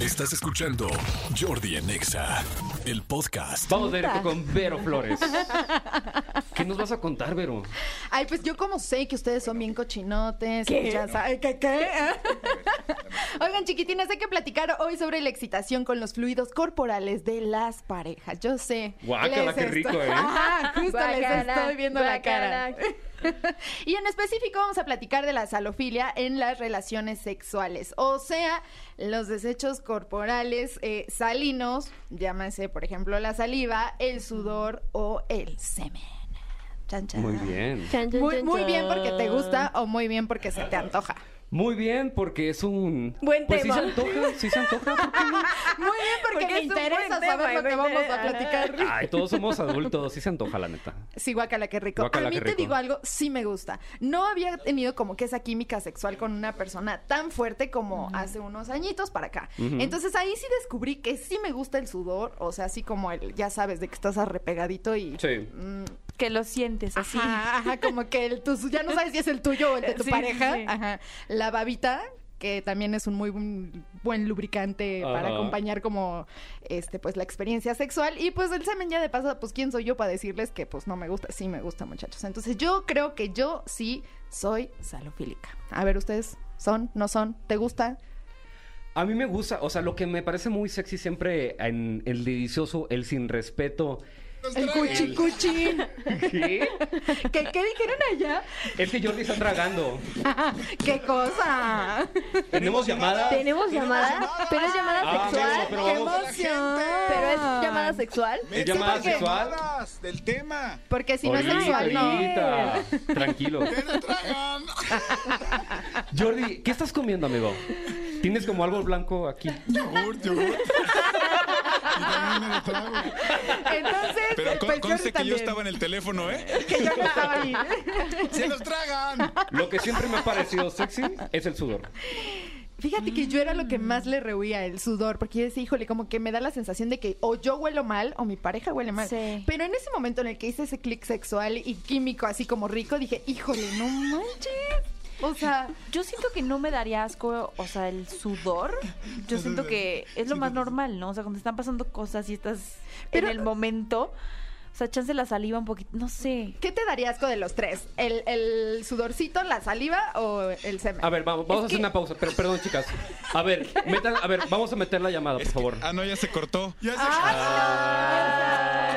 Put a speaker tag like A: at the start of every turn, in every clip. A: Estás escuchando Jordi en Exa, el podcast.
B: Vamos directo con Vero Flores. ¿Qué nos vas a contar, Vero?
C: Ay, pues yo como sé que ustedes son bien cochinotes, que ya saben que qué. Oigan, chiquitines, hay que platicar hoy sobre la excitación con los fluidos corporales de las parejas. Yo sé.
B: Guácala,
C: les
B: qué
C: estoy-
B: rico, ¿eh?
C: Ajá, justo les
D: Guácala,
C: estoy viendo la cara.
D: guácala.
C: Y en específico vamos a platicar de la salofilia en las relaciones sexuales, o sea, los desechos corporales eh, salinos, llámese por ejemplo la saliva, el sudor o el semen. Chan, chan.
B: Muy bien.
D: Chan, chan,
C: Muy,
D: chan,
C: muy bien
D: chan.
C: porque te gusta o muy bien porque se te antoja.
B: Muy bien, porque es un.
D: Buen
B: pues
D: tema.
B: sí se antoja, sí se antoja. ¿por qué no?
C: Muy bien porque,
D: Porque
C: me
D: es un buen
C: interesa
D: tema
C: saber
D: y
C: lo
D: me
C: que vamos a
D: interesa.
C: platicar.
B: Ay, todos somos adultos, sí se antoja, la neta.
C: Sí, guacala, qué rico.
B: Guácala,
C: a mí
B: qué
C: te
B: rico.
C: digo algo, sí me gusta. No había tenido como que esa química sexual con una persona tan fuerte como hace unos añitos para acá. Entonces ahí sí descubrí que sí me gusta el sudor, o sea, así como el, ya sabes, de que estás arrepegadito y...
B: Sí.
C: mm,
D: Que lo sientes así.
C: Ajá, ajá, como que el tu- ya no sabes si es el tuyo o el de tu
D: Sí,
C: pareja.
D: sí, sí.
C: Ajá. La babita, que también es un muy buen, buen lubricante para
B: Ajá.
C: acompañar como este pues la experiencia sexual. Y pues el semen ya de paso, pues quién soy yo para decirles que pues no me gusta. Sí me gusta, muchachos. Entonces yo creo que yo sí soy salofílica. A ver, ustedes son, no son, ¿te gusta?
B: A mí me gusta, o sea, lo que me parece muy sexy siempre en el delicioso, el sin respeto.
C: El cuchi cuchi.
B: ¿Qué?
C: ¿Qué, qué dijeron allá?
B: Es que Jordi está tragando.
C: ¡Qué cosa!
B: Tenemos llamada.
D: ¿Tenemos llamada? ¿Pero es llamada
B: Ah,
D: sexual?
B: bueno, pero vamos-
D: ¿Pero es llamada sexual?
B: ¿Es llamada
C: porque-
B: sexual?
E: Llamadas del tema.
C: Porque si no es
B: Ahorita,
C: sexual, no.
B: ahorita. Tranquilo.
E: ¿Qué le tragan?
B: Jordi, ¿qué estás comiendo, amigo? Tienes como algo blanco aquí.
E: Yogurt, yogurt. Y también me lo trago.
C: Entonces,
E: Pero con-
C: pues, Jordi
E: conste que yo
C: también.
E: estaba en el teléfono, ¿eh?
C: Que yo no estaba ahí.
E: ¡Se los tragan!
B: Lo que siempre me ha parecido sexy es el sudor.
C: Fíjate que yo era lo que más le rehuía, el sudor, porque yo decía, híjole, como que me da la sensación de que o yo huelo mal o mi pareja huele mal.
D: Sí.
C: Pero en ese momento en el que hice ese clic sexual y químico así como rico, dije, híjole, no manches. O sea,
F: Yo siento que no me daría asco, o sea, el sudor. Yo siento que es lo más normal, ¿no? O sea, cuando están pasando cosas y estás
C: Pero-
F: en el momento, o sea, chance la saliva un poquito, no sé.
C: ¿qué te daría asco de los tres? ¿El, el sudorcito, la saliva o el semen?
B: A ver, vamos, vamos a hacer una pausa. Pero, perdón, chicas. A ver, metan, a ver, vamos a meter la llamada, por favor.
E: Ah, no, ya se cortó. Ya se, ya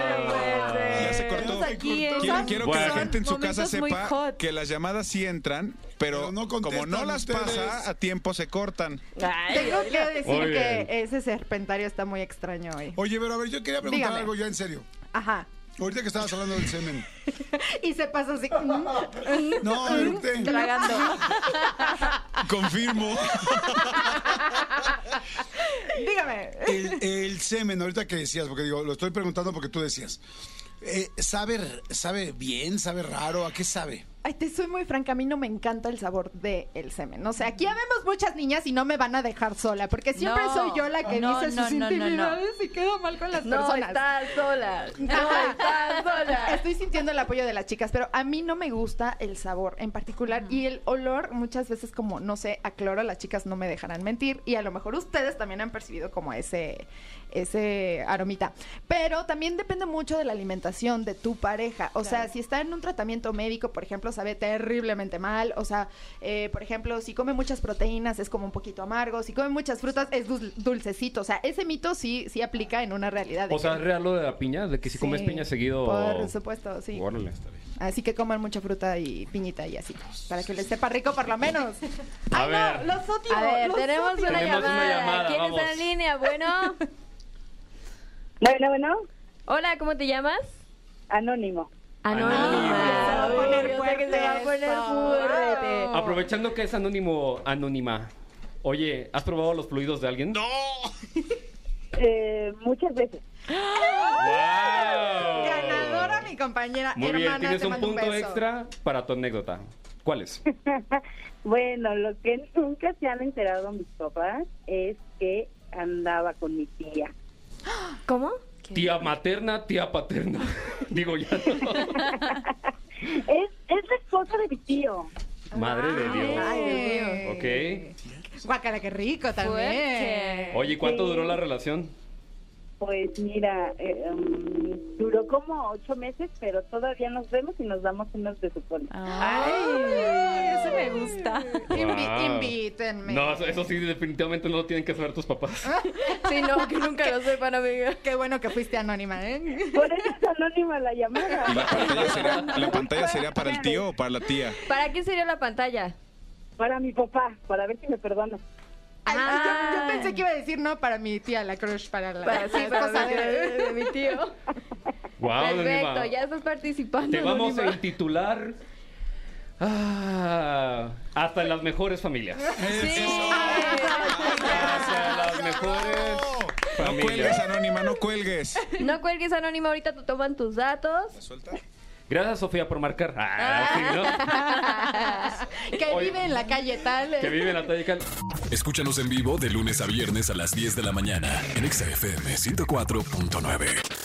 E: se cortó.
F: Estamos aquí en-
E: Quiero, quiero que
B: Bueno.
E: la gente en su casa
F: Momentos muy
E: sepa
F: hot.
E: que las llamadas sí entran, pero,
G: Pero no contestan
E: como no las
G: ustedes.
E: pasa, a tiempo se cortan.
C: Tengo que
B: Muy
C: decir que
B: bien.
C: ese serpentario está muy extraño hoy.
G: Oye, pero a ver, yo quería preguntar
C: Dígame.
G: algo ya en serio.
C: Ajá.
G: Ahorita que estabas hablando del semen.
C: Y se pasa así.
G: No, este, eructé.
F: Tragando.
E: Confirmo.
C: Dígame.
G: El, el semen, ahorita que decías, porque digo, lo estoy preguntando porque tú decías. Eh, ¿sabe, ¿Sabe bien? ¿Sabe raro? ¿A qué sabe?
C: Ay, te soy muy franca, a mí no me encanta el sabor del semen. O sea, aquí habemos muchas niñas y no me van a dejar sola, porque siempre
F: No.
C: soy yo la que
F: No,
C: dice
F: no,
C: sus
F: no, no, no.
C: intimidades y quedo mal con las
D: No,
C: personas.
D: estás sola. No,
C: Ajá.
D: estás sola.
C: Estoy sintiendo el apoyo de las chicas, pero a mí no me gusta el sabor en particular y el olor muchas veces como, no sé, a cloro las chicas no me dejarán mentir y a lo mejor ustedes también han percibido como ese, ese aromita. Pero también depende mucho de la alimentación de tu pareja. O sea, si está en un tratamiento médico, por ejemplo, sabe terriblemente mal. O sea, eh, por ejemplo, si come muchas proteínas es como un poquito amargo. Si come muchas frutas es dul- dulcecito. O sea, ese mito sí, sí aplica en una realidad. de
B: O sea,
C: que-
B: ¿es real lo de la piña, de que si comes
C: Sí.
B: piña seguido.
C: Por supuesto, sí.
B: Órale.
C: Así que coman mucha fruta y piñita y así. Para que les sepa rico por lo menos.
B: A
C: Ay,
B: ver.
C: no, los odio.
D: A ver,
C: los
D: tenemos
C: odio.
D: una
B: Tenemos una llamada,
D: llamada. ¿Quién está
B: vamos.
D: en línea? Bueno.
H: Bueno, bueno,
D: Hola, ¿cómo te llamas?
H: anónimo.
B: Anónima.
C: Se va a poner
D: Yo sé que se va a
C: fuerte
D: poner
C: esto.
D: fuerte.
B: Aprovechando que es anónimo, anónima. Oye, ¿has probado los fluidos de alguien? ¡No!
H: Eh, muchas veces.
C: Ganadora, mi compañera.
B: Muy
C: hermana,
B: bien, tienes
C: te
B: un
C: mando
B: punto
C: beso.
B: extra para tu anécdota. ¿Cuál es?
H: Bueno, lo que nunca se han enterado mis papás es que andaba con mi tía.
D: ¿Cómo?
B: Tía materna, tía paterna. Digo ya.
H: Es, es la esposa de mi tío.
B: Madre de
C: Ay,
B: Dios.
C: Dios mío.
B: Ok.
C: Guácala, qué rico también.
D: Fuerte.
B: Oye, ¿y ¿cuánto
H: Sí.
B: duró la relación?
H: Pues mira, eh, um, duró como ocho meses, pero todavía nos vemos y nos damos unos besupones.
F: Ay, eso me gusta.
C: Invi-
B: Wow.
C: Invítenme.
B: No, eso, eso sí, definitivamente no lo tienen que saber tus papás.
D: Ah, Sí, no, que nunca lo sepan, amiga.
C: Qué bueno que fuiste anónima, ¿eh?
H: Por eso es anónima la llamada.
E: ¿Y la pantalla sería, la pantalla sería para el tío o para la tía?
D: ¿Para quién sería la pantalla?
H: Para mi papá, para ver si me perdona.
C: Ay, yo, yo
D: Ah.
C: pensé que iba a decir no para mi tía, la crush, para la,
D: Para, sí,
C: la
D: para
C: esposa
D: mi,
C: de-
D: de mi tío.
B: Wow,
D: Perfecto, ya estás participando.
B: Te vamos a
D: Anónima.
B: intitular ah, hasta en las mejores familias. Hasta las mejores
E: No cuelgues,
B: familias.
E: Anónima, no cuelgues.
D: No cuelgues anónima, ahorita te toman tus datos.
E: ¿Suelta?
B: Gracias, Sofía, por marcar. Ah, sí, ¿no?
C: que
B: Oye.
C: vive en la calle tal.
B: Que vive en la talla cal-
A: Escúchanos en vivo de lunes a viernes a las 10 de la mañana en Exa FM 104.9.